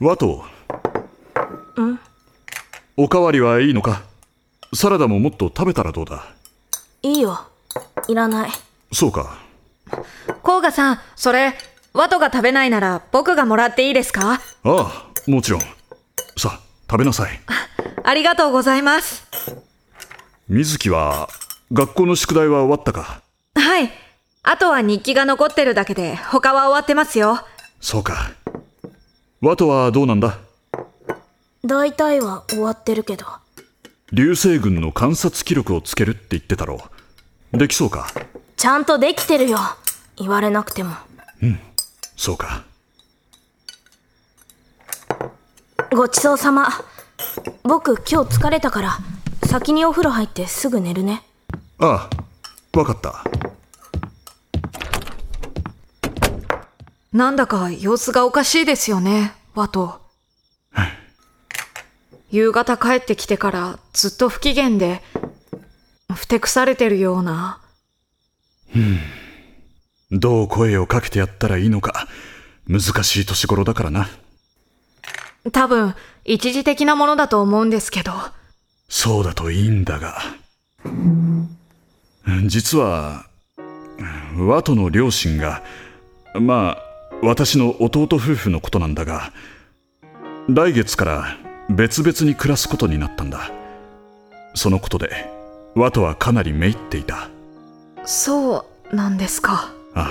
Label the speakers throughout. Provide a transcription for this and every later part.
Speaker 1: ワト
Speaker 2: うん
Speaker 1: おかわりはいいのかサラダももっと食べたらどうだ
Speaker 2: いいよ。いらない。
Speaker 1: そうか
Speaker 3: 甲賀さん、それ、ワトが食べないなら僕がもらっていいですか
Speaker 1: ああもちろんさあ食べなさい
Speaker 3: ありがとうございます。
Speaker 1: 水木は学校の宿題は終わったか
Speaker 3: はい。あとは日記が残ってるだけで他は終わってますよ。
Speaker 1: そうかワトはどうなんだ
Speaker 2: 大体は終わってるけど。
Speaker 1: 流星群の観察記録をつけるって言ってたろうできそうか
Speaker 2: ちゃんとできてるよ。言われなくても。
Speaker 1: そうか
Speaker 2: ごちそうさま。僕今日疲れたから、先にお風呂入ってすぐ寝るね。
Speaker 1: ああわかった
Speaker 3: なんだか様子がおかしいですよね、ワト。夕方帰ってきてからずっと不機嫌で、ふてくされてるような。
Speaker 1: どう声をかけてやったらいいのか難しい年頃だからな
Speaker 3: 多分、一時的なものだと思うんですけど。
Speaker 1: そうだといいんだが実はワトの両親がまあ私の弟夫婦のことなんだが来月から別々に暮らすことになったんだそのことでワトはかなりめいっていた
Speaker 3: そうなんですか。
Speaker 1: ああ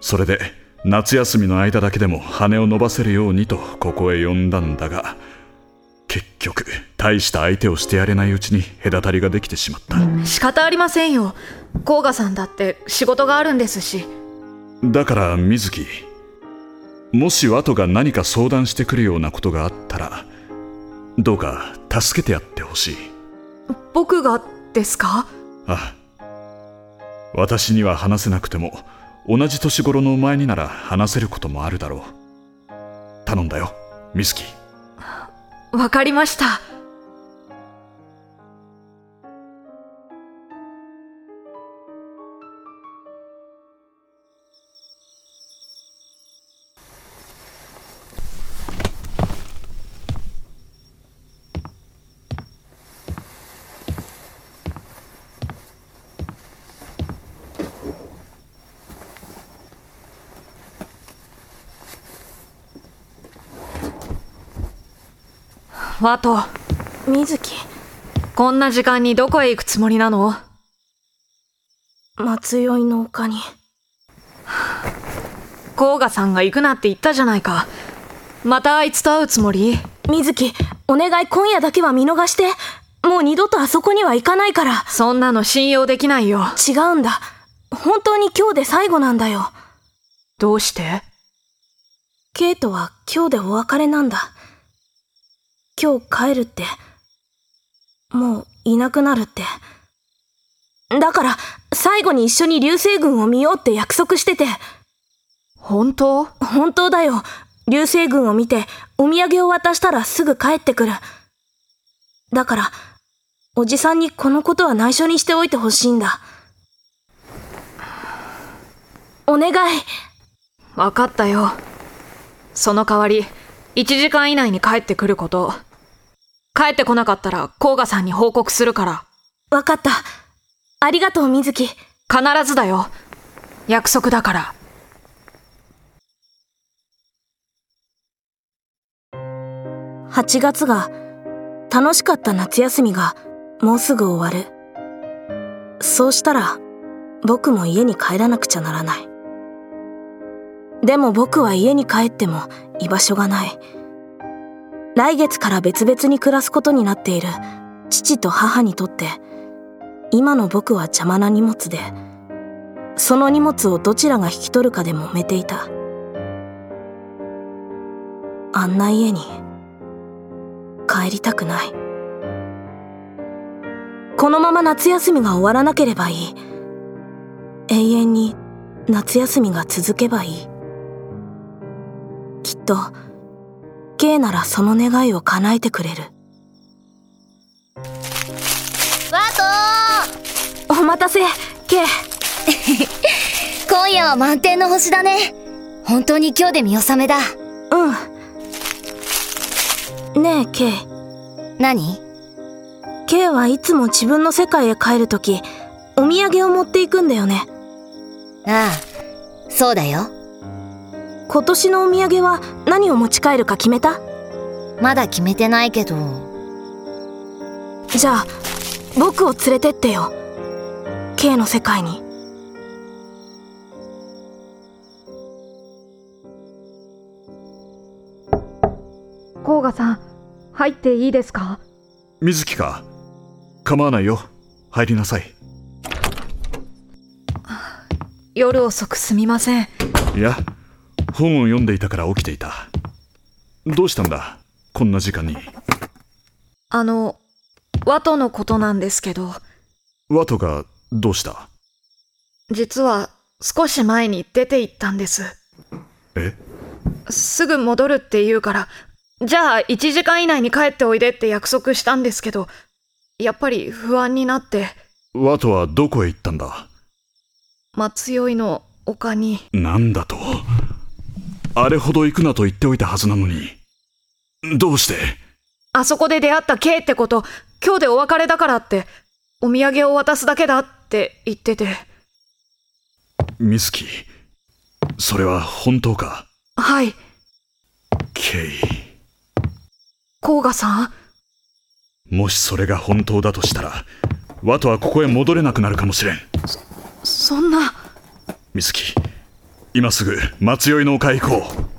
Speaker 1: それで夏休みの間だけでも羽を伸ばせるようにとここへ呼んだんだが結局大した相手をしてやれないうちに隔たりができてしまった
Speaker 3: 仕方ありませんよ。甲賀さんだって仕事があるんですし。
Speaker 1: だから水木もしワトが何か相談してくるようなことがあったらどうか助けてやってほしい
Speaker 3: 僕がですか
Speaker 1: ああ私には話せなくても同じ年頃のお前になら話せることもあるだろう頼んだよ水木
Speaker 3: わかりました。ワト、
Speaker 2: 水木、
Speaker 3: こんな時間にどこへ行くつもりなの
Speaker 2: 松酔いの丘に。
Speaker 3: 甲賀さんが行くなって言ったじゃないか。またあいつと会うつもり
Speaker 2: 水木、お願い今夜だけは見逃して。もう二度とあそこには行かないから。
Speaker 3: そんなの信用できないよ。
Speaker 2: 違うんだ。本当に今日で最後なんだよ。
Speaker 3: どうして
Speaker 2: ケイトは今日でお別れなんだ。今日帰るって。もういなくなるって。だから、最後に一緒に流星群を見ようって約束してて、
Speaker 3: 本当
Speaker 2: 本当だよ。流星群を見て、お土産を渡したらすぐ帰ってくる。だから、おじさんにこのことは内緒にしておいてほしいんだ。お願い。
Speaker 3: わかったよ。その代わり、1時間以内に帰ってくること。帰ってこなかったら、甲賀さんに報告するから。
Speaker 2: わかった。ありがとう、みずき。
Speaker 3: 必ずだよ。約束だから。
Speaker 2: 8月が楽しかった夏休みがもうすぐ終わるそうしたら僕も家に帰らなくちゃならないでも僕は家に帰っても居場所がない来月から別々に暮らすことになっている父と母にとって今の僕は邪魔な荷物でその荷物をどちらが引き取るかで揉めていたあんな家に帰りたくないこのまま夏休みが終わらなければいい永遠に夏休みが続けばいいきっと K ならその願いを叶えてくれる
Speaker 4: ワト
Speaker 2: お待たせ K
Speaker 4: ー今夜は満天の星だね本当に今日で見納めだ
Speaker 2: うんねえ、K。
Speaker 4: 何
Speaker 2: K はいつも自分の世界へ帰るとき、お土産を持っていくんだよね。
Speaker 4: ああ、そうだよ。
Speaker 2: 今年のお土産は何を持ち帰るか決めた
Speaker 4: まだ決めてないけど。
Speaker 2: じゃあ、僕を連れてってよ。K の世界に。
Speaker 3: 甲賀さん、入っていいですか
Speaker 1: 水木か構わないよ入りなさい
Speaker 3: 夜遅くすみません。
Speaker 1: いや本を読んでいたから起きていたどうしたんだこんな時間に
Speaker 3: あの、ワトのことなんですけど、
Speaker 1: ワトがどうした
Speaker 3: 実は少し前に出て行ったんです。
Speaker 1: え
Speaker 3: すぐ戻るって言うから、じゃあ1時間以内に帰っておいでって約束したんですけど、やっぱり不安になって、
Speaker 1: ワトはどこへ行ったんだ
Speaker 3: 松酔いの丘に。
Speaker 1: なんだとあれほど行くなと言っておいたはずなのにどうして
Speaker 3: あそこで出会った K ってこと、今日でお別れだからって、お土産を渡すだけだって言ってて。
Speaker 1: 水木それは本当か
Speaker 3: はい、
Speaker 1: ケイ
Speaker 3: 甲賀さん
Speaker 1: もしそれが本当だとしたらワトはここへ戻れなくなるかもしれん
Speaker 3: そんな、
Speaker 1: 水木今すぐ松酔いの丘へ行こう